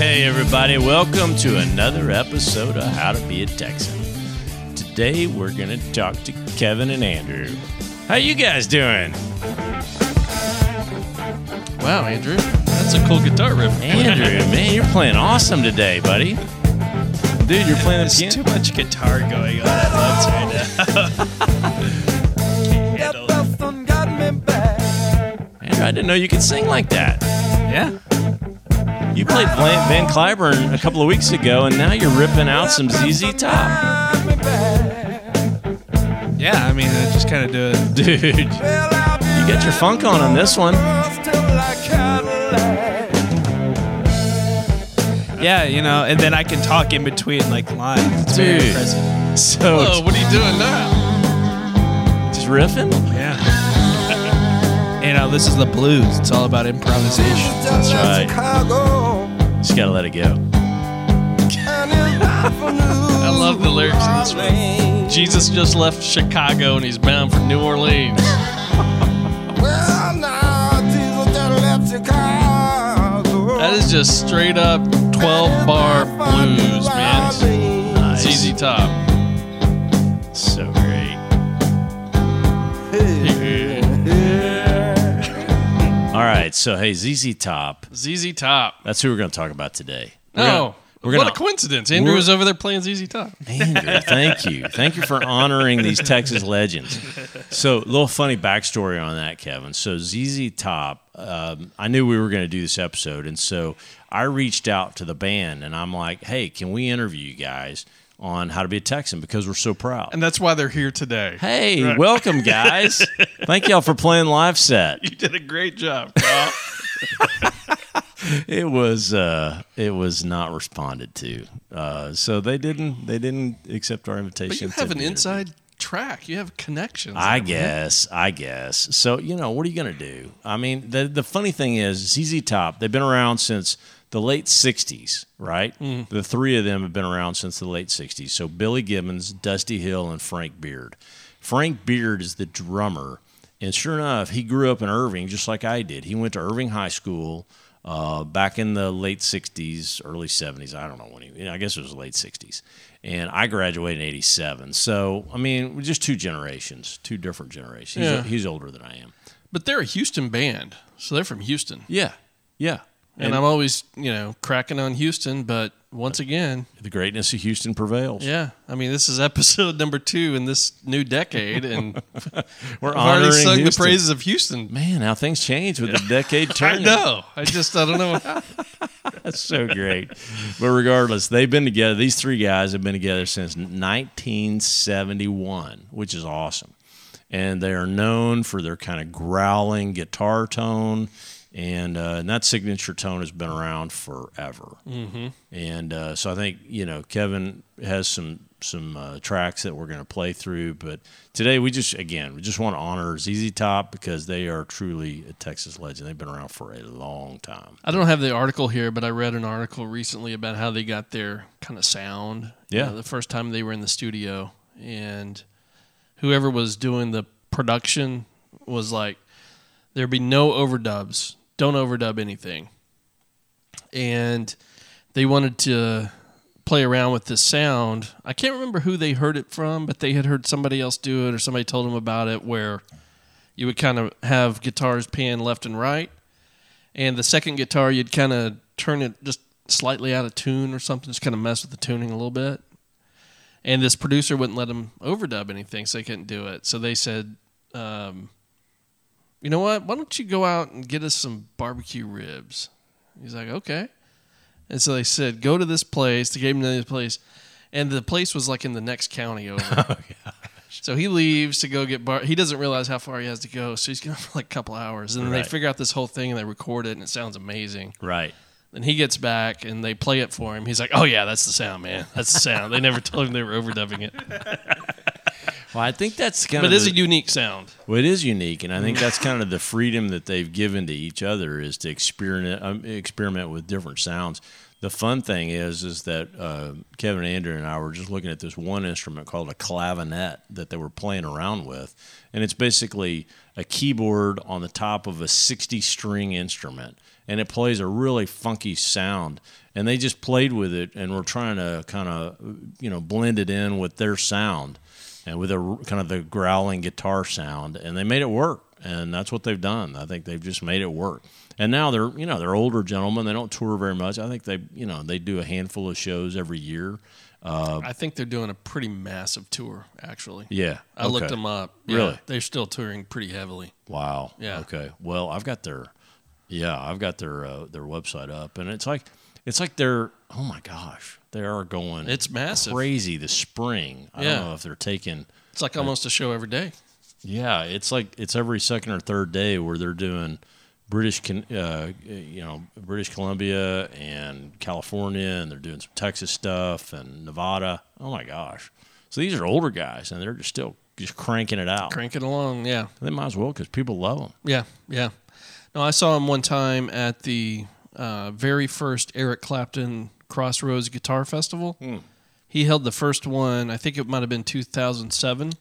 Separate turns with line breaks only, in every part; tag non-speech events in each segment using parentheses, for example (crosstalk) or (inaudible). everybody. Welcome to another episode of How to Be a Texan. Today we're going to talk to Kevin and Andrew. How you guys doing?
Wow, Andrew.
That's a cool guitar riff.
(laughs)
Andrew, man, you're playing awesome today, buddy. Dude, you're playing the
There's
piano.
too much guitar going on at once right now. Can't handle it.
(laughs) Andrew, I didn't know you could sing like that.
yeah.
You played Van Van Cliburn a couple of weeks ago, and now you're ripping out some ZZ (laughs) Top.
Yeah, I mean, I just kind of do it.
(laughs)
Dude, you got your funk on on this one.
Yeah, you know, and then I can talk in between like lines. It's very
Dude.
impressive.
(laughs) So,
Oh, what are you doing now?
just riffing?
Yeah. you know, this is the blues. It's all about improvisation.
That's right. Just gotta let it go.
I love the lyrics in this one.
Jesus just left Chicago and he's bound for New Orleans. That is just straight up 12 bar blues, man. It's easy top. (laughs)
So great. All right, so hey, ZZ Top.
ZZ Top.
That's who we're gonna talk about today. We're
No.
we're gonna-
what a coincidence. Andrew
we're-
was over there playing ZZ Top.
gonna- Andrew, thank you. Thank you for honoring these Texas legends. So, a little funny backstory on that, Kevin. So, ZZ Top, um, I knew we were going to do this episode. And so I reached out to the band and I'm like, hey, can we interview you guys on how to be a Texan because we're so proud?
And that's why they're here today.
hey, welcome, guys. Thank y'all for playing live
(laughs)
set.
(laughs) You did a great (laughs) job, Kyle.
it was uh it was not responded to uh so they didn't they didn't accept our
But
invitation
you
to
have an
the interview.
inside track. You have connections.
i guess i guess so you know what are you gonna do i mean the the funny thing is zz top they've been around since the late 60s right the three of them have been around since the late 60s so billy gibbons dusty hill and frank beard frank beard is the drummer and sure enough he grew up in irving just like i did he went to irving high school uh, back in the late 60s, early 70s. I don't know when he, you know, I guess it was the late 60s. And I graduated in 87. So, I mean, we're just two generations, two different generations. He's,
Yeah.
he's older than I am.
But they're a Houston band. So they're from Houston.
Yeah. Yeah.
And, I'm always, you know, cracking on Houston. But once again,
The greatness of Houston prevails.
yeah. I mean, this is (laughs) episode number two in this new decade. And
We're
I've
honoring
already sung the
Houston.
praises of Houston.
Man, how things change with the decade
(laughs) I
turn.
know. I just I
(laughs)
don't know. what happened.
That's so great. But regardless, they've been together. These three guys have been together since 1971, which is awesome. And they are known for their kind of growling guitar tone. And, uh, and that signature tone has been around forever. Mm-hmm. And uh, so I think, you know, Kevin has some some uh, tracks that we're going to play through. But today we just, again, we just want to honor ZZ Top because they are truly a Texas legend. They've been around for a long time.
I don't have the article here, but I read an article recently about how they got their kind of sound. you
Yeah.
know, the first time they were in the studio, and whoever was doing the production was like, "There be no overdubs. Don't overdub anything." And they wanted to play around with this sound. I can't remember who they heard it from, but they had heard somebody else do it, or somebody told them about it, where you would kind of have guitars pan left and right and the second guitar you'd kind of turn it just slightly out of tune or something just kind of mess with the tuning a little bit and this producer wouldn't let them overdub anything so they couldn't do it so they said um, you know what why don't you go out and get us some barbecue ribs he's like okay and so they said go to this place they gave him this place and the place was like in the next county over so he leaves to go get bar. He doesn't realize how far he has to go, so he's gone (laughs) for like a couple hours. And then
Right.
they figure out this whole thing and they record it, and it sounds amazing.
Right.
Then he gets back and they play it for him. He's like, "Oh yeah, that's the sound, man. That's the sound." they never (laughs) told him they were overdubbing it,
Well, I think that's kind
but
of
it is a
the-
unique sound.
well, it is unique, and I think
(laughs)
that's kind of the freedom that they've given to each other is to experiment um, experiment with different sounds. the fun thing is, is that uh, Kevin Andrew and I were just looking at this one instrument called a clavinet that they were playing around with, and it's basically a keyboard on the top of a sixty-string instrument, and it plays a really funky sound. And they just played with it, and were trying to kind of, you know, blend it in with their sound, and with a r- kind of the growling guitar sound, and they made it work and that's what they've done. I think they've just made it work. And now they're you know they're older gentlemen. They don't tour very much. I think they you know they do a handful of shows every year.
I think they're doing a pretty massive tour, actually.
Um, Yeah,
I looked them up. Yeah,
Really?
They're still touring pretty heavily.
Wow.
Yeah.
Okay. Well, I've got their, yeah, I've got their uh, their website up, and it's like it's like they're oh my gosh, they are going
It's massive.
crazy this spring. I
Yeah.
don't know if they're taking
It's like almost a show every day.
Yeah, it's like it's every second or third day where they're doing British, Con- uh, you know, British Columbia and California, and they're doing some Texas stuff and Nevada. Oh my gosh! So these are older guys, and they're just still just cranking it out.
Cranking along, yeah.
They might as well because people love them.
Yeah, yeah. No, I saw him one time at the uh, very first Eric Clapton Crossroads Guitar Festival. He held the first one. I think it might have been 2007,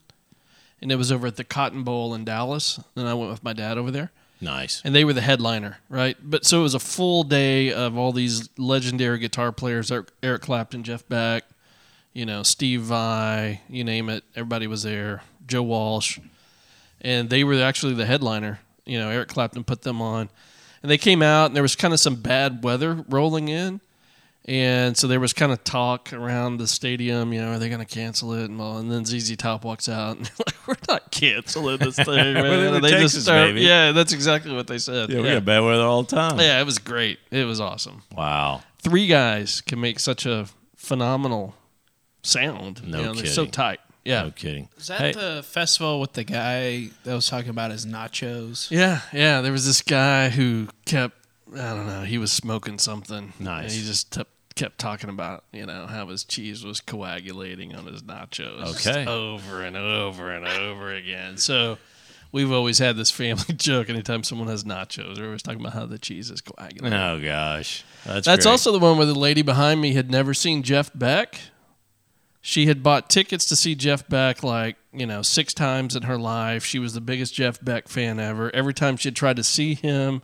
and it was over at the Cotton Bowl in Dallas. Then I went with my dad over there,
Nice.
and they were the headliner, right? But so it was a full day of all these legendary guitar players: Eric, Eric Clapton, Jeff Beck, you know, Steve Vai, you name it. Everybody was there. Joe Walsh and they were actually the headliner. You know, Eric Clapton put them on, and they came out, and there was kind of some bad weather rolling in, and so there was kind of talk around the stadium. You know, are they going to cancel it? And, all, and then ZZ Top walks out, and (laughs) they're like, "We're not canceling this thing."
(laughs)
man."
We're in
they
Texas,
just start,
baby.
yeah, that's exactly what they said.
Yeah, we
yeah.
got bad weather all the time.
Yeah, it was great. It was awesome.
Wow.
Three guys can make such a phenomenal sound.
No
you know, They're so
kidding.
tight. Yeah.
No kidding.
Is that
Hey,
the festival with the guy that was talking about his nachos?
Yeah, yeah. There was this guy who kept I don't know, he was smoking something.
Nice.
And he just kept kept talking about, you know, how his cheese was coagulating on his nachos. just
Okay.
over and over and over again. So we've always had this family (laughs) joke anytime someone has nachos, they're always talking about how the cheese is coagulating.
oh gosh, that's
That's
great.
also the one where the lady behind me had never seen Jeff Beck. She had bought tickets to see Jeff Beck like, you know, six times in her life. She was the biggest Jeff Beck fan ever. Every time she had tried to see him,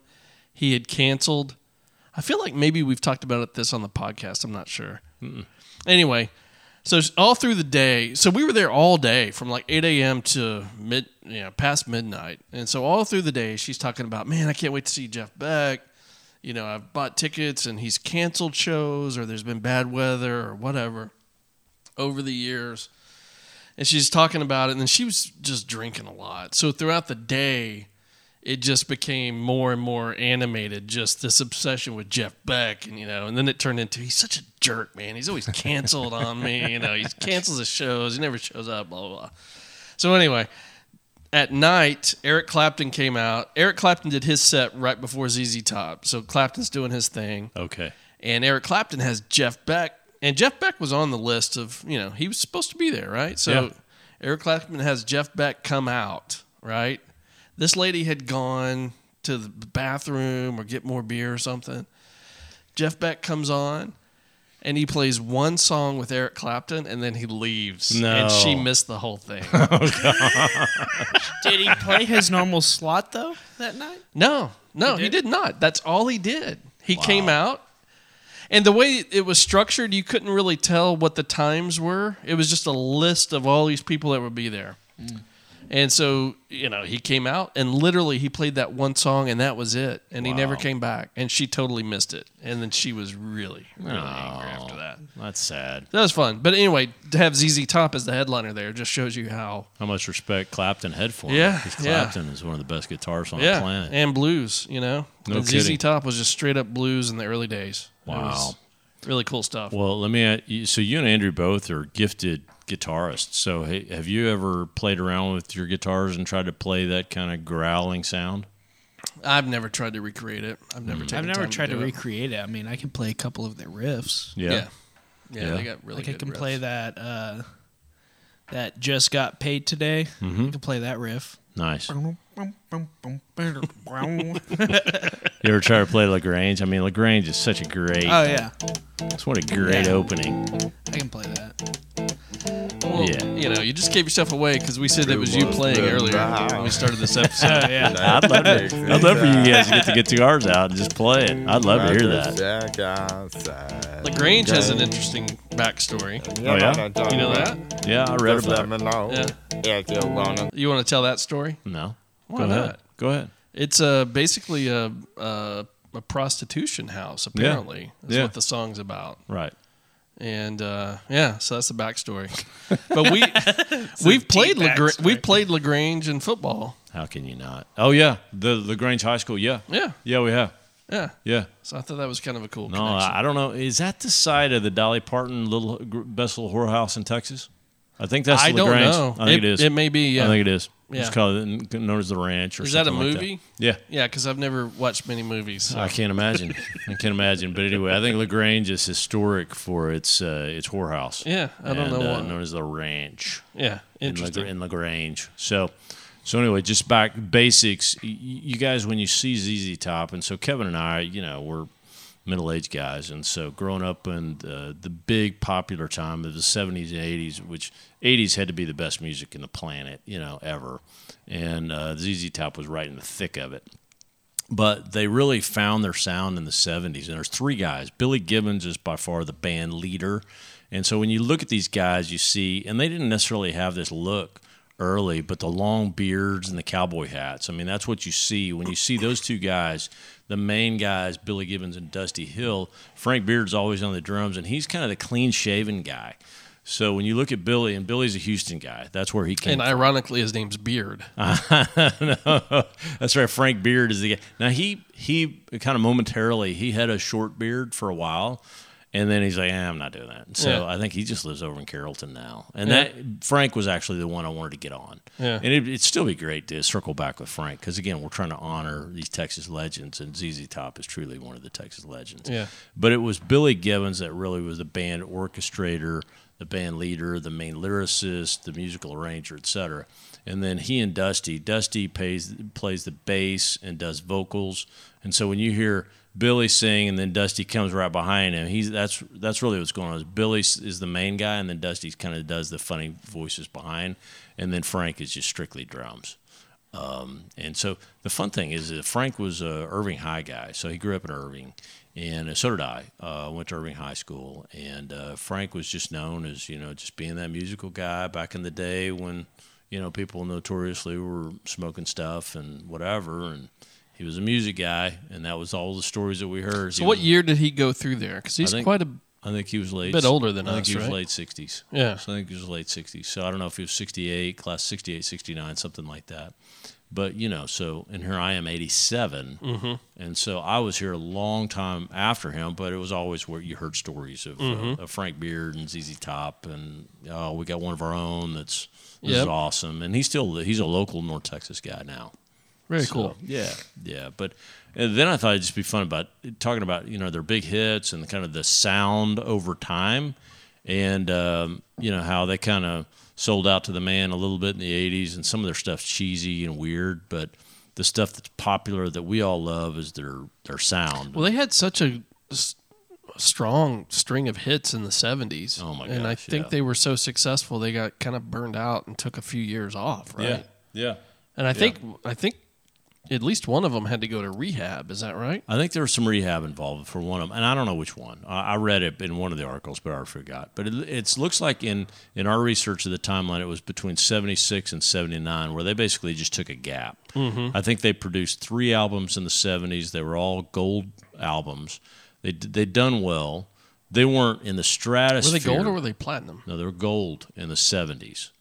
he had canceled. I feel like maybe we've talked about it- this on the podcast. I'm not sure. Anyway, so s- all through the day, so we were there all day from like 8 a.m. to mid, you know, past midnight. And so all through the day, she's talking about, man, I can't wait to see Jeff Beck. You know, I've bought tickets and he's canceled shows or there's been bad weather or whatever over the years. And she's talking about it. And then she was just drinking a lot. So throughout the day, it just became more and more animated, just this obsession with Jeff Beck, and you know, and then it turned into he's such a jerk, man. He's always canceled on me, you know. He cancels his shows, he never shows up, blah blah. blah. So anyway, at night, Eric Clapton came out. Eric Clapton did his set right before ZZ Top, so Clapton's doing his thing
okay.
and Eric Clapton has Jeff Beck, and Jeff Beck was on the list of you know he was supposed to be there, right? So
Yeah.
Eric Clapton has Jeff Beck come out, right? This lady had gone to the bathroom or get more beer or something. Jeff Beck comes on. And he plays one song with Eric Clapton, and then he leaves.
No. Oh,
And she missed the whole
(laughs)
thing.
Did he play his normal slot though that night?
No, no, he did, not. That's all he did. He came out, and the way it was structured, you couldn't really tell what the times were. It was just a list of all these people that would be there.
Mm.
And so, you know, he came out and literally he played that one song and that was it. And he never came back. And she totally missed it. And then she was really, really angry after that.
That's sad.
That was fun. But anyway, to have ZZ Top as the headliner there just shows you how
How much respect Clapton had for him?
Yeah,
'cause
yeah.
Clapton is one of the best guitarists on
yeah,
the planet.
and blues. You know,
No
and
kidding.
ZZ Top was just straight up blues in the early days. It
Wow.
was really cool stuff.
Well, let me. a- you- So you and Andrew both are gifted guitarists. So ha- have you ever played around with your guitars and tried to play that kind of growling sound?
I've never tried to recreate it. I've never.
Mm.
Taken
I've never
time
tried to,
do it.
recreate it. I mean, I can play a couple of their riffs.
Yeah. yeah. they
Yeah.
got really
like I
good
can
riffs.
play that
Mm-hmm.
uh that just got paid today. I can play that riff. Oh,
Nice.
Boom,
You ever try to play Lagrange? I mean, Lagrange is such a great.
Oh yeah,
It's what a great
Yeah.
opening.
I can play that.
Well,
Yeah.
you know, you just gave yourself away because we said it was you playing earlier when we started this episode.
Oh (laughs) yeah.
I'd love,
(laughs)
to, I'd love for (laughs) you guys to get to get two hours out and just play it. I'd love to hear that.
that.
Lagrange has an interesting backstory.
You
Oh, yeah?
You know that?
Yeah, I read
Just
about
let
it.
me know
Yeah.
if you wanna.
You want to tell that story?
No.
Why
Go
not?
ahead. Go ahead.
It's uh, basically a, a a prostitution house. Apparently, is
Yeah.
what the song's about.
Right.
And uh, yeah, so that's the backstory. But
(laughs)
we we've
deep
played Lagrange
backstory.
we've played Lagrange in football.
How can you not? Oh yeah, the Lagrange High School. Yeah.
Yeah,
Yeah, we have.
yeah.
Yeah.
So I thought that was kind of a cool.
No,
connection.
I, I don't know. Is that the site of the Dolly Parton Little Gr- Bessel whorehouse in Texas? I think that's
I
the
don't
Lagrange.
know.
I think it is.
It may be. Yeah.
I think it is. It's
Yeah.
called known as the Ranch or
Is that a
something like
movie?
Yeah.
Yeah, because I've never watched many movies. so-
I can't imagine. I can't imagine. But anyway, I think Lagrange is historic for its uh, its whorehouse.
Yeah, I
and,
don't know
uh,
why.
known as the Ranch.
yeah,
in, Lag-
interesting.
in Lagrange. So, so anyway, just back basics. Y- y- You guys, when you see ZZ Top, and so Kevin and I, you know, we're middle aged guys, and so growing up in the, the big popular time of the '70s and '80s, which '80s had to be the best music in the planet, you know, ever, and uh, ZZ Top was right in the thick of it but they really found their sound in the 70s and there's three guys billy gibbons is by far the band leader and so when you look at these guys you see and they didn't necessarily have this look early but the long beards and the cowboy hats i mean that's what you see when you see those two guys the main guys billy gibbons and dusty hill frank beard's always on the drums and he's kind of the clean shaven guy so when you look at billy and billy's a houston guy that's where he came
and ironically, his name's Beard.
(laughs) no, that's right. Frank Beard is the guy. Now he he kind of momentarily he had a short beard for a while, and then he's like, eh, I'm not doing that. So
Yeah.
I think he just lives over in Carrollton now. And
Yeah.
that Frank was actually the one I wanted to get on.
Yeah.
And it, it'd still be great to circle back with Frank because again, we're trying to honor these Texas legends, and ZZ Top is truly one of the Texas legends.
Yeah.
But it was Billy Gibbons that really was the band orchestrator, the band leader, the main lyricist, the musical arranger, etc. And then he and Dusty, Dusty pays, plays the bass and does vocals. And so when you hear Billy sing and then Dusty comes right behind him, he's that's that's really what's going on. Is Billy s- is the main guy and then Dusty kind of does the funny voices behind, and then Frank is just strictly drums. And so the fun thing is that Frank was a Irving High guy, so he grew up in Irving, and so did I. Uh, went to Irving High School, and uh, Frank was just known as you know just being that musical guy back in the day when you know people notoriously were smoking stuff and whatever, and he was a music guy, and that was all the stories that we heard.
So
He
what
was-
year did he go through there? Because he's
think-
quite a
I think he was late.
Bit older than
I think
us,
he was
right?
late 60s.
Yeah.
So I think he was late 60s. So I don't know if he was 68, class 68, 69, something like that. But, you know, so, and here I am 87.
Mm-hmm.
And so I was here a long time after him, but it was always where you heard stories of,
Mm-hmm.
uh, of Frank Beard and ZZ Top. And, oh, we got one of our own that's, this is
Yep.
awesome. And he's still, he's a local North Texas guy now.
very
So,
cool.
Yeah, yeah. But and then I thought it'd just be fun about talking about you know their big hits and kind of the sound over time, and um, you know how they kind of sold out to the man a little bit in the '80s, and some of their stuff's cheesy and weird, but the stuff that's popular that we all love is their their sound.
Well, they had such a s- strong string of hits in the seventies.
Oh, my
And I
gosh,
think
yeah.
they were so successful they got kind of burned out and took a few years off. Right.
yeah, yeah.
And I think I think at least one of them had to go to rehab. Is that right?
I think there was some rehab involved for one of them, and I don't know which one. I, I read it in one of the articles, but I forgot. But it it's, looks like in in our research of the timeline, it was between seventy six and seventy nine, where they basically just took a gap.
Mm-hmm.
I think they produced three albums in the seventies. They were all gold albums. They d- they done well. They weren't in the
Were
stratosphere.
they gold or were they platinum?
No, they were gold in the 70s.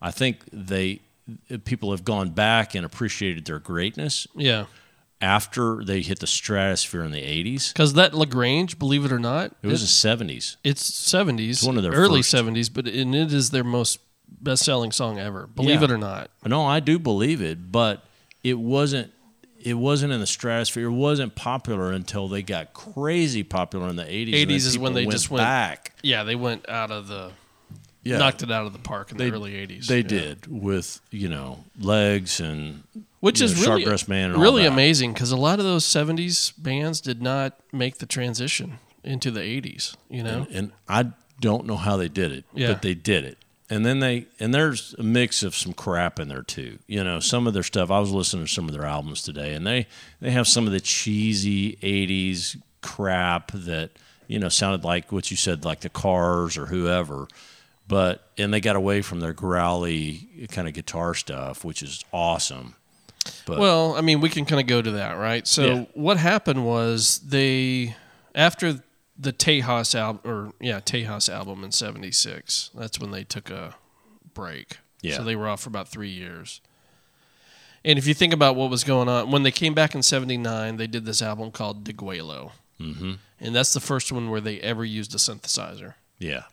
I think they people have gone back and appreciated their greatness
Yeah.
after they hit the stratosphere in the 80s.
Because that Lagrange, believe it or not,
It was
it-
the 70s.
it's seventies,
one of their
early
first.
seventies, but and it is their most best-selling song ever. Believe
Yeah.
it or not.
No, I do believe it, but it wasn't it wasn't in the stratosphere. It wasn't popular until they got crazy popular in the 80s. and then
80s is when
people
they just went-
back.
Yeah, they went out of the
Yeah.
knocked it out of the park in the early '80s.
They
Yeah.
did with you know legs and
which
you
is
know, Sharp
really
Dressed Man and all
really
that.
amazing because a lot of those '70s bands did not make the transition into the '80s. You know,
and I don't know how they did it,
Yeah.
but they did it. And then they and there's a mix of some crap in there too. You know, some of their stuff. I was listening to some of their albums today, and they they have some of the cheesy '80s crap that you know sounded like what you said, like the Cars or whoever. But and they got away from their growly kind of guitar stuff, which is awesome. But
Well, I mean, we can kind of go to that, right? So
Yeah.
what happened was they after the Tejas album or yeah, Tejas album in 76. That's when they took a break.
Yeah.
So they were off for about 3 years. And if you think about what was going on when they came back in 79, they did this album called Diguelo. Mm-hmm. And that's the first one where they ever used a synthesizer.
yeah,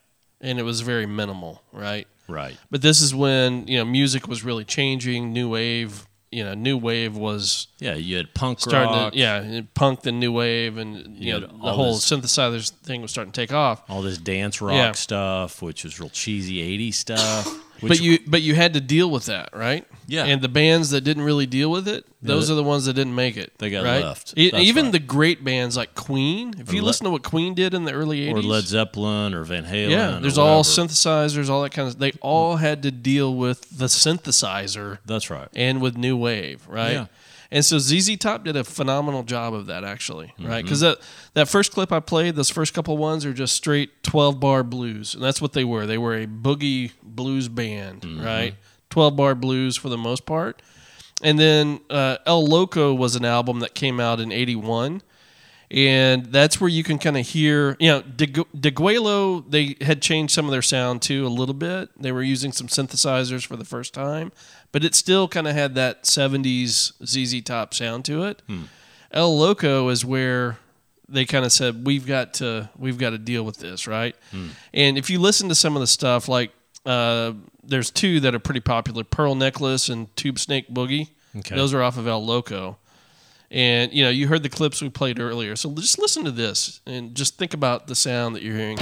And it was very minimal, right?
right,
But this is when, you know, music was really changing, new wave, you know, new wave was
yeah. You had punk
starting
rock,
to, yeah, and punk the new wave and you
Yeah,
know the
all
whole
this-
synthesizers thing was starting to take off.
all this dance rock
Yeah.
stuff, which is real cheesy '80s
(coughs)
stuff.
but
Which
you but you had to deal with that, right?
Yeah.
And the bands that didn't really deal with it, those
that-
are the ones that didn't make it.
They got
right?
left.
E-
That's
even
right.
the great bands like Queen, if you
Le-
listen to what Queen did in the early 80s,
or Led Zeppelin or Van Halen.
yeah,
or
there's all
whatever.
synthesizers, all that kind of they all had to deal with the synthesizer
That's right.
and with new wave, right?
Yeah.
And so ZZ Top did a phenomenal job of that, actually,
Mm-hmm.
right? Because that that first clip I played, those first couple ones are just straight twelve bar blues, and that's what they were. They were a boogie blues band,
Mm-hmm.
right? Twelve bar blues for the most part. And then uh, El Loco was an album that came out in '81, and that's where you can kind of hear, you know, DeGuelo. They had changed some of their sound too a little bit. They were using some synthesizers for the first time, but it still kind of had that '70s ZZ Top sound to it. El Loco is where they kind of said we've got to we've got to deal with this, right? And if you listen to some of the stuff, like uh, there's two that are pretty popular: Pearl Necklace and Tube Snake Boogie.
Okay.
Those are off of El Loco. And you know, you heard the clips we played earlier, so just listen to this and just think about the sound that you're hearing.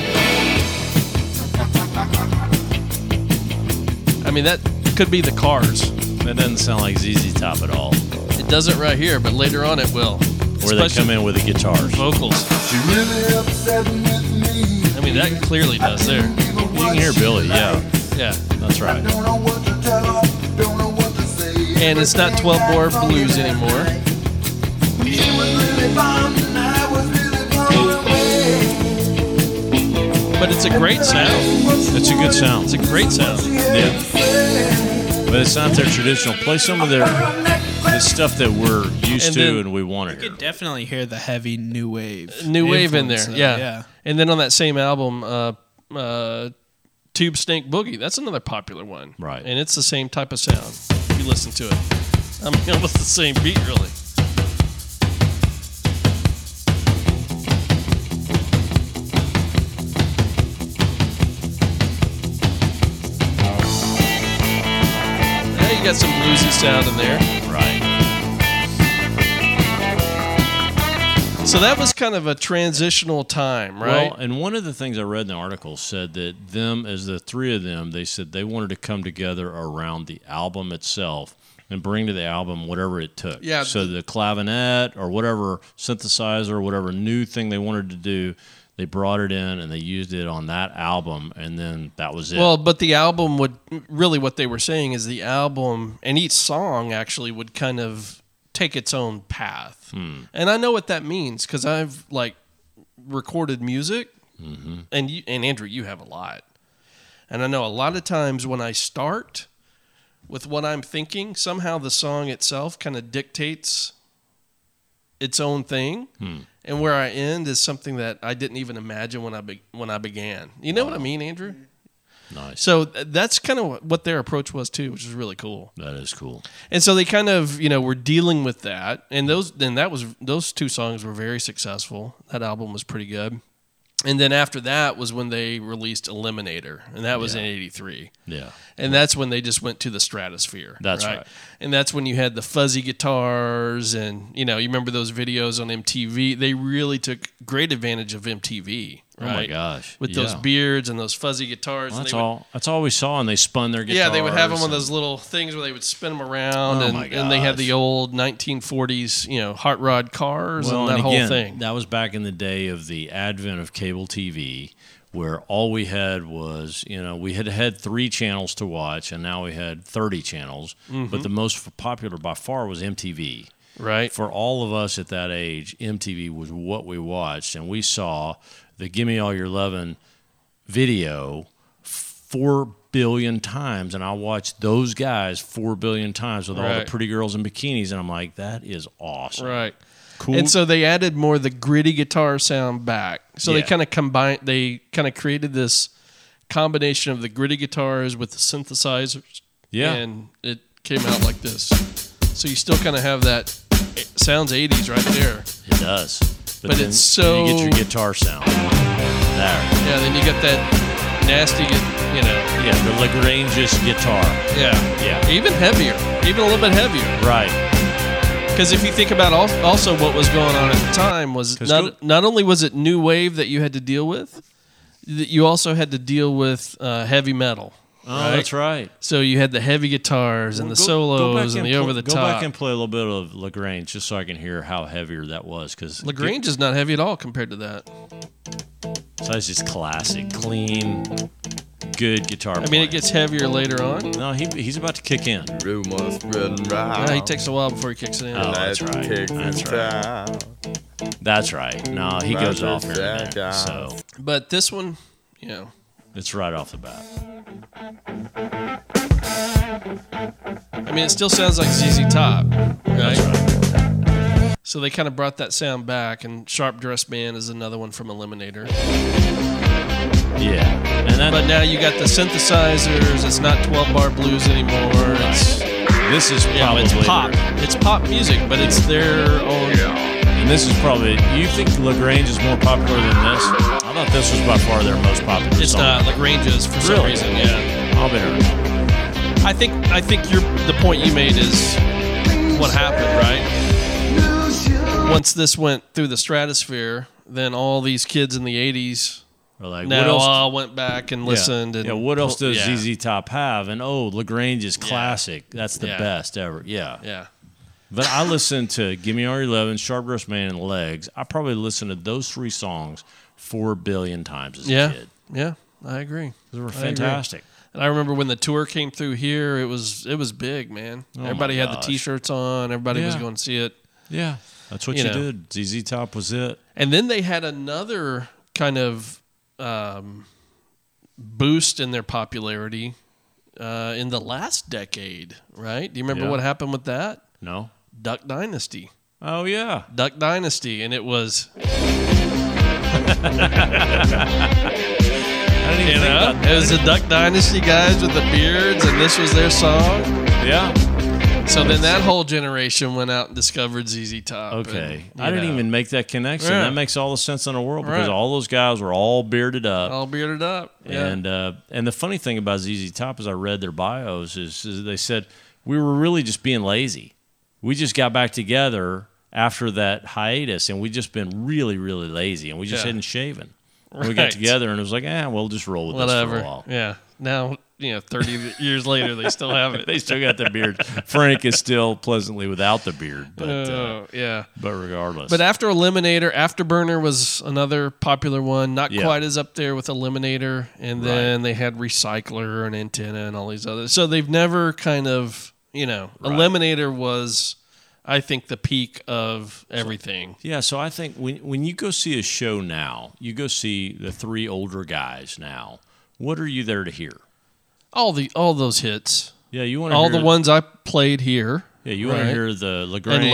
I mean, that could be the cars.
That doesn't sound like ZZ Top at all.
It doesn't right here, but later on it will.
Where they come in with the guitars.
vocals.
She really upset with me.
I mean, that clearly does there.
People
You can hear Billy. Yeah,
Yeah.
that's right.
Don't know what to tell her, don't know what to say.
And it's not 12 bar blues anymore.
She was really bummed and I was really blown away.
But it's a great sound.
It's a good sound.
It's a great sound.
Yeah, but it's not their traditional. Play some of their the stuff that we're used
And
to
then-
and we want to
You
hear.
could definitely hear the heavy new wave.
Uh, New Wave in there.
influence, though.
uh,
Yeah. And then on that same album, uh, uh, Tube Snake Boogie, that's another popular one.
Right.
And it's the same type of sound. If you listen to it. I mean, almost the same beat, really. Yeah, you got some bluesy sound in there.
Right.
So that was kind of a transitional time, right?
Well, and one of the things I read in the article said that them, as the three of them, they said they wanted to come together around the album itself and bring to the album whatever it took.
Yeah,
So the clavinet or whatever synthesizer, whatever new thing they wanted to do, they brought it in and they used it on that album, and then that was it.
Well, but the album would really what they were saying is the album and each song actually would kind of take its own path. And I know what that means because I've like recorded music, and you, and Andrew, you have a lot, and I know a lot of times when I start with what I'm thinking, somehow the song itself kind of dictates its own thing. And where I end is something that I didn't even imagine when I be- when I began. You know what I mean, Andrew?
nice.
So th- that's kind of what their approach was too, which is really cool.
That is cool.
And so they kind of, you know, were dealing with that. And those then that was those two songs were very successful. That album was pretty good. And then after that was when they released Eliminator, and that was in 83.
Yeah.
And that's when they just went to the stratosphere.
That's right.
And that's when you had the fuzzy guitars and, you know, you remember those videos on MTV. They really took great advantage of MTV,
Oh my
right?
gosh.
With those
Yeah.
beards and those fuzzy guitars.
Well,
and
that's
they would-
all. That's all we saw, and they spun their guitars.
Yeah, they would have them on
and-
those little things where they would spin them around,
Oh
and,
my
and they had the
gosh.
old 1940s, you know, hot rod cars
Well,
and that
and
whole
again,
thing.
That was back in the day of the advent of cable TV, where all we had was, you know, we had had three channels to watch, and now we had 30 channels. But the most popular by far was MTV.
Mm-hmm. right?
For all of us at that age, MTV was what we watched, and we saw the "Give Me All Your Lovin'" video four billion times, and I watched those guys four billion times with all the
Right.
pretty girls in bikinis, and I'm like, that is awesome,
right.
cool.
And so they added more of the gritty guitar sound back. So they
Yeah.
kind of combined, they kind of created this combination of the gritty guitars with the synthesizers.
Yeah.
And it came out like this. So you still kind of have that, it sounds 80s right there.
It does.
But
then-
it's
then you
so-
get your guitar sound. There.
Yeah, then you got that nasty, gu- you know,
Yeah, the Lagrange's guitar.
yeah.
Yeah.
Even heavier, even a little bit heavier.
Right.
Because if you think about al- also what was going on at the time was
'Cause
not,
go-
not only was it new wave that you had to deal with, that you also had to deal with uh, heavy metal.
Oh, that's right.
So you had the heavy guitars and the solos and the over the
go
top.
back and play a little bit of Lagrange just so I can hear how heavier that was because
Lagrange is not heavy at all compared to that.
So it's just classic, clean, good guitar.
I mean, it gets heavier later on.
no. He, he's about to kick in.
Rumors spreading round.
Yeah, he takes a while before he kicks it in.
Oh, that's
That
right.
takes
That's
its
right.
time.
That's right. No, he goes
Roger
off here and
that
there.
guy.
So
But this one, you know,
it's right off the bat.
I mean, it still sounds like ZZ Top, right?
That's right.
So they kind of brought that sound back, and Sharp Dress Band is another one from Eliminator.
Yeah. And that,
But now you got the synthesizers. It's not 12 bar blues anymore. It's
this is probably
yeah, but it's pop. It's pop music, but it's their own.
And this is probably you think Lagrange is more popular than this? I thought this was by far their most popular
It's
song.
not Lagrange's for some
Really?
reason. Yeah,
I'll bet it.
I think I think your the point you made is what happened, right? Once this went through the stratosphere, then all these kids in the 80s
Or Like what
now
else?
all went back and
yeah.
listened. And
yeah, what else does
yeah,
ZZ Top have? And oh, Lagrange is classic. That's the
Yeah.
best ever. Yeah.
Yeah.
But I listened to Give Me All Your Love and Sharp Dressed Man and Legs. I probably listened to those three songs four billion times as
Yeah.
a kid.
Yeah. I agree.
They were
agree.
fantastic.
And I remember when the tour came through here, it was it was big, man.
Oh my
everybody had the
gosh.
t-shirts on, everybody was
Yeah.
going to see it.
Yeah. That's what
You
you,
know.
did. ZZ Top was it.
And then they had another kind of um, boost in their popularity uh, in the last decade, right? Do you remember
Yeah.
what happened with that?
No?
Duck Dynasty.
Oh yeah.
Duck Dynasty, and it was
I didn't even
you
think
know
about
it was the Duck Dynasty guys with the beards, and this was their song.
that. Yeah.
So then that whole generation went out and discovered ZZ Top. and,
Okay.
you
I didn't
know,
even make that connection.
Yeah.
That makes all the sense in the world because
Right.
all those guys were all bearded up.
all bearded up. Yeah.
And uh, and the funny thing about ZZ Top is I read their bios is, is they said we were really just being lazy. We just got back together after that hiatus and we just been really really lazy and we just
Yeah.
hadn't shaven. And We
Right.
got together and it was like, eh, we'll just roll with
whatever.
this for a while.
Yeah. Now, you know, 30 years later, they still have it.
(laughs)
Uh,
They still got the
(laughs)
beard. Frank is still pleasantly without the beard, but uh,
Oh, yeah.
but regardless,
But after Eliminator, Afterburner was another popular one. Not
Yeah.
quite as up there with Eliminator. And then they had Recycler and Antenna and all these others. So they've never kind of, you know, Eliminator was, I think, the peak of everything.
Yeah, so I think when when you go see a show now, you go see the three older guys now. What are you there to hear?
All the all those hits,
Yeah, you want to
all
hear,
the ones I played here.
Yeah, you want
right.
to hear the Lagrange and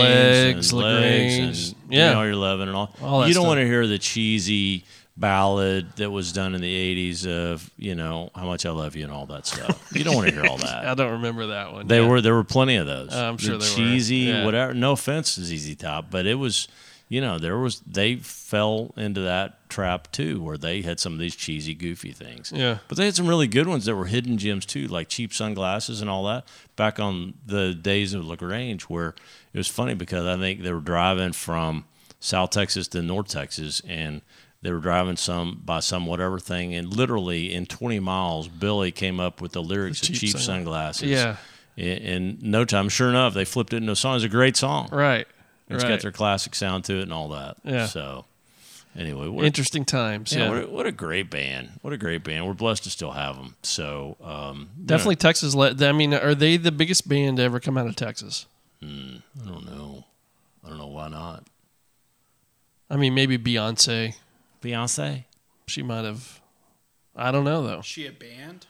legs,
legs, Lagrange,
and
yeah.
you know, your loving and all.
All that
you don't
stuff.
want to hear the cheesy ballad that was done in the '80s of you know how much I love you and all that stuff. You don't want to hear all
(laughs)
that.
I don't remember that one.
They
Yeah. Uh,
were there were plenty of those.
I'm sure
the
there were.
cheesy,
Yeah.
whatever. No offense to ZZ Top, but it was, you know, there was they fell into that trap too, where they had some of these cheesy, goofy things.
Yeah.
but they had some really good ones that were hidden gems too, like cheap sunglasses and all that. Back on the days of Lagrange, where it was funny because I think they were driving from South Texas to North Texas and. They were driving some by some whatever thing, and literally in 20 miles, Billy came up with the lyrics
cheap
of cheap
sungla-
sunglasses.
Yeah.
In, in no time, sure enough, they flipped it into a song. It's a great song.
Right.
It's
right.
got their classic sound to it and all that.
Yeah.
So, anyway, what a
interesting times.
yeah,
Yeah.
What, a, what a great band. What a great band. We're blessed to still have them. So, um, you know,
Definitely Texas. Let I mean, are they the biggest band to ever come out of Texas?
I don't know. I don't know why not.
I mean, maybe Beyonce.
Beyonce?
She might have. I don't know though.
She a band?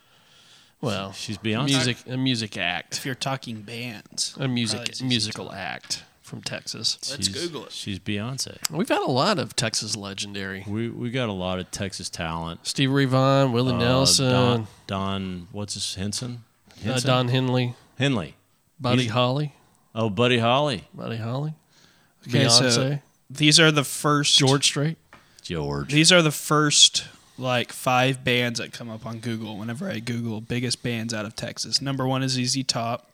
Well,
She's Beyonce.
music a music act,
If you're talking bands,
a
Probably
music
just-
musical act from Texas.
Let's
She's-
Google it.
She's Beyonce.
We've had a lot of Texas legendary.
We we got a lot of Texas talent.
Steve Ray Vaughan, Willie
Uh,
Nelson,
Don, Don, what's his Henson?
uh, Don Henley,
Henley.
Buddy
He's-
Holly,
Oh, Buddy Holly.
Buddy Holly,
Okay, so-
Beyonce,
These are the first
George Strait.
George.
These are the first like five bands that come up on Google whenever I Google biggest bands out of Texas. Number one is Easy Top.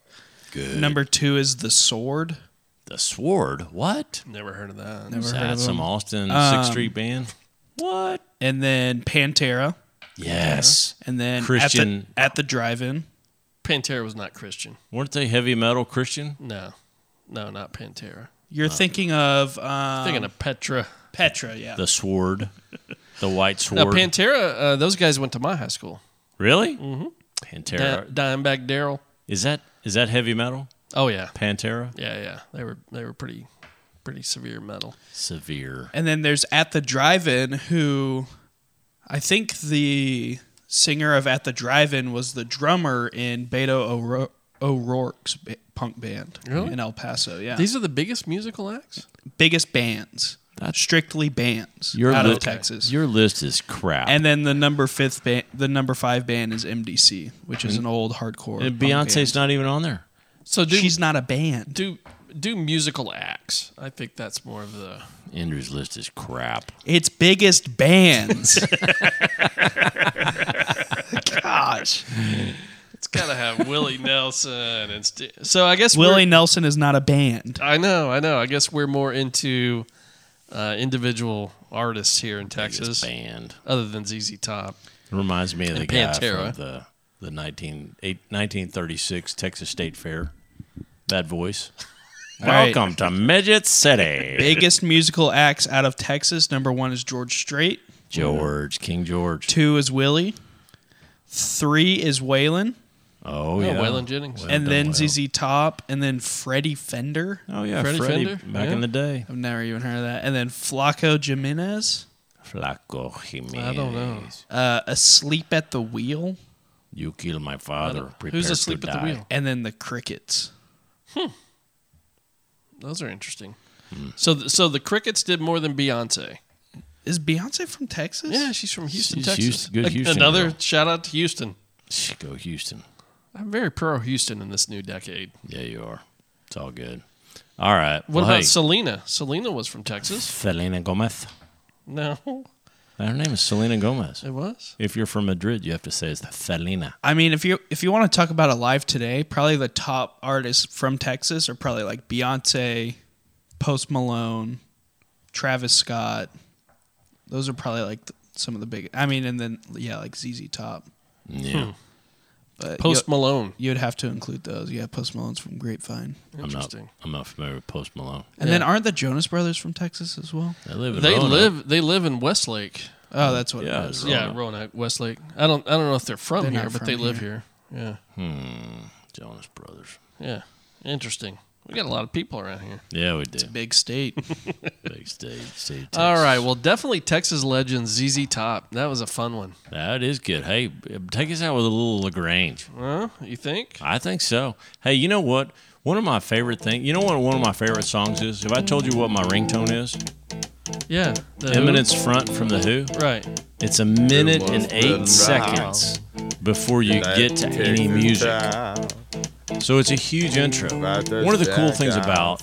Good.
Number two is The Sword.
the Sword. What?
Never heard of that.
Never
Is
heard
that
of
some
them.
Austin
Um,
Sixth Street band? What?
And then Pantera.
Yes.
And then
Christian-
at the, at the drive-in.
Pantera was not Christian.
Weren't they heavy metal Christian?
No, no, not Pantera.
You're thinking of um,
Thinking of Petra.
Petra, yeah.
The Sword. The White Sword.
No, Pantera. Uh, those guys went to my high school.
Really? Mm-hmm.
Da-
Pantera.
Dimebag Daryl.
Is that is that heavy metal?
Oh yeah,
Pantera?
yeah, yeah. They were they were pretty pretty severe metal.
Severe.
and then there's at the drive-in who I think the singer of at the drive-in was the drummer in Beto O'Ro- O'Rourke's ba- punk band
Really?
in El Paso, yeah.
These are the biggest musical acts.
biggest bands, strictly bands
Your
out
li-
of Texas.
Your list is crap.
and then the number fifth band, the number five band is MDC, which is an old hardcore.
And
punk
Beyonce's
band.
not even on there.
So do
She's not a band.
do do musical acts. I think that's more of the
Andrew's list is crap.
It's biggest bands. (laughs) Gosh,
It's got to
(laughs)
have Willie Nelson and St- so I guess
Willie
we're-
Nelson is not a band.
I know, I know. I guess we're more into uh, individual artists here in
Biggest
Texas,
band.
other than ZZ Top.
It reminds me of the
And
guy
Pantera.
from the the 19, eight- 1936 Texas State Fair. Bad
(laughs)
voice.
right.
Welcome to Midget City.
biggest musical acts out of Texas. Number one is George Strait.
George, King George.
Two is Willie. Three is Waylon,
Oh,
Oh,
yeah.
Waylon Jennings.
Waylon
and then
Dunlap.
ZZ Top, and then Freddie Fender.
Oh, yeah.
Freddie
Freddie,
Fender?
back
Yeah.
in the day.
I've never even heard of that. And then Flaco Jimenez,
Flaco Jimenez.
I don't know.
uh, Asleep at the Wheel,
You killed my father. Prepare
Who's
to
asleep at the
die.
wheel?
and then the Crickets.
Those are interesting.
Hmm.
So, th- so the Crickets did more than Beyonce.
Is Beyonce from Texas?
Yeah, she's from Houston,
She's
Texas.
Houston- good
A-
Houston
Another
girl.
shout out to Houston.
Shh, Go Houston.
I'm very pro Houston in this new decade.
Yeah, you are. It's all good. All right.
What
well,
about
hey,
Selena? Selena was from Texas.
Selena Gomez?
No,
Her name is Selena Gomez.
it was.
If you're from Madrid, you have to say it's Selena.
I mean, if you if you want to talk about alive today, probably the top artists from Texas are probably like Beyonce, Post Malone, Travis Scott. Those are probably like th- some of the big. I mean, and then yeah, like ZZ Top.
Hmm,
Yeah,
But
Post Malone.
you, would have to include those. Yeah, Post Malone's from Grapevine.
I'm not.
Interesting.
I'm not familiar with Post Malone.
And then aren't the Jonas Brothers from Texas as well?
They live. In
They
Roanoke.
live. They live in Westlake.
Oh, that's what
Yeah,
it
it's
is.
Roanoke.
Yeah, Roanoke, Westlake. I don't. I don't know if they're from
They're
here,
not
but they
from
live here.
here.
Yeah.
Jonas Brothers.
Yeah. Interesting. We got a lot of people around here.
Yeah, we do.
Big
(laughs)
state.
(laughs) Big state, state. Texas.
All right. Well, definitely Texas legend ZZ Top. That was a fun one.
that is good. Hey, take us out with a little Lagrange.
Huh? You think?
I think so. Hey, you know what? One of my favorite things. You know what? One of my favorite songs is. Have I told you what my ringtone is?
Yeah. The Who?
Eminence Front from the Who.
Right.
It's a minute
It
and
was the
eight
night.
seconds before you get to any music. So it's a huge intro. One of the cool things about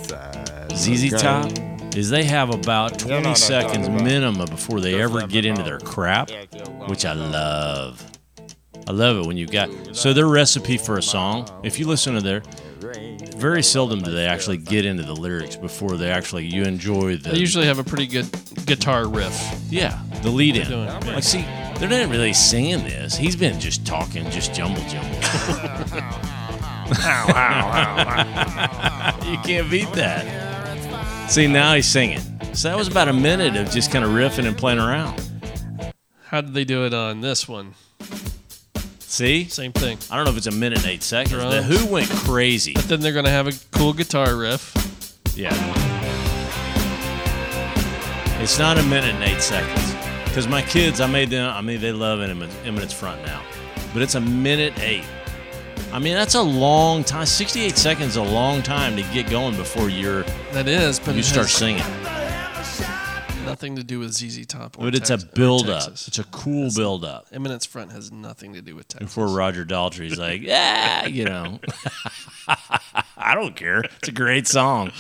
ZZ Top is they have about
no,
20
no, no,
seconds
no, no.
minimum before they
Just
ever
let
get
them
into
know.
their crap,
Yeah, yeah, well,
which I
no.
love. I love it when you've got. So their recipe for a song, if you listen to their, very seldom do they actually get into the lyrics before they actually you enjoy the.
They usually have a pretty good guitar riff.
yeah, the lead in.
doing it.
Like, see, they're not really singing this. He's been just talking, just jumble jumble. (laughs) you can't beat that. See, now he's singing. So that was about a minute of just kind of riffing and playing around.
How did they do it on this one?
See?
Same thing.
I don't know if it's a minute and eight seconds.
Drums.
The Who went crazy.
Then they're gonna have a cool guitar riff.
Yeah. It's not a minute and eight seconds. Because my kids, I made them, I mean, they love Eminence, Eminence Front now. But it's a minute eight. I mean, that's a long time. 68 seconds is a long time to get going before you're,
That is, but
you
it
start
has
singing.
nothing to do with ZZ Top. Or
But it's a
Tex- or
build up.
Texas.
It's a cool build up.
Eminence Front has nothing to do with Texas.
Before Roger Daltrey's like, yeah, you
(laughs)
know, I don't care. It's a great song.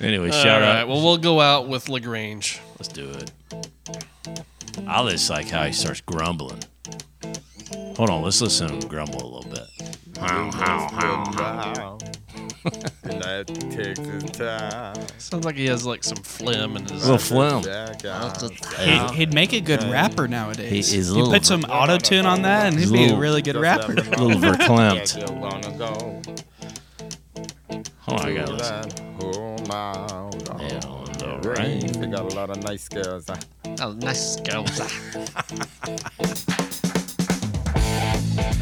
Anyway, shout
All
out.
right, Well, we'll go out with Lagrange.
Let's do it. I just like how he starts grumbling. Hold on, let's listen to him grumble a little bit.
And that takes its time.
Sounds like he has like some phlegm in his.
A little phlegm.
Jack out.
He, would make a good rapper nowadays.
He is
you
little-
put some auto tune on that, and he'd be a
little-
really good
Just
rapper.
let me
A little
know.
verklempt.
Yeah, you wanna go
(laughs) Hold on, Oh, I
to
gotta listen.
that whole mile long
Yeah, on the
range.
range.
They got a lot of nice girls. huh?
Oh, nice girls.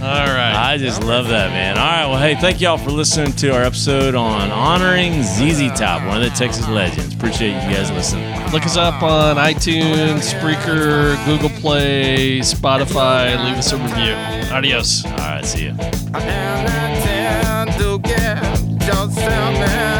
All right.
I just love that, man. All right, well, hey, thank y'all for listening to our episode on honoring ZZ Top, one of the Texas legends. Appreciate you guys listening.
Look us up on iTunes, Spreaker, Google Play, Spotify. Leave us a review. Adios.
All right, see ya.
And I tend to get just a man.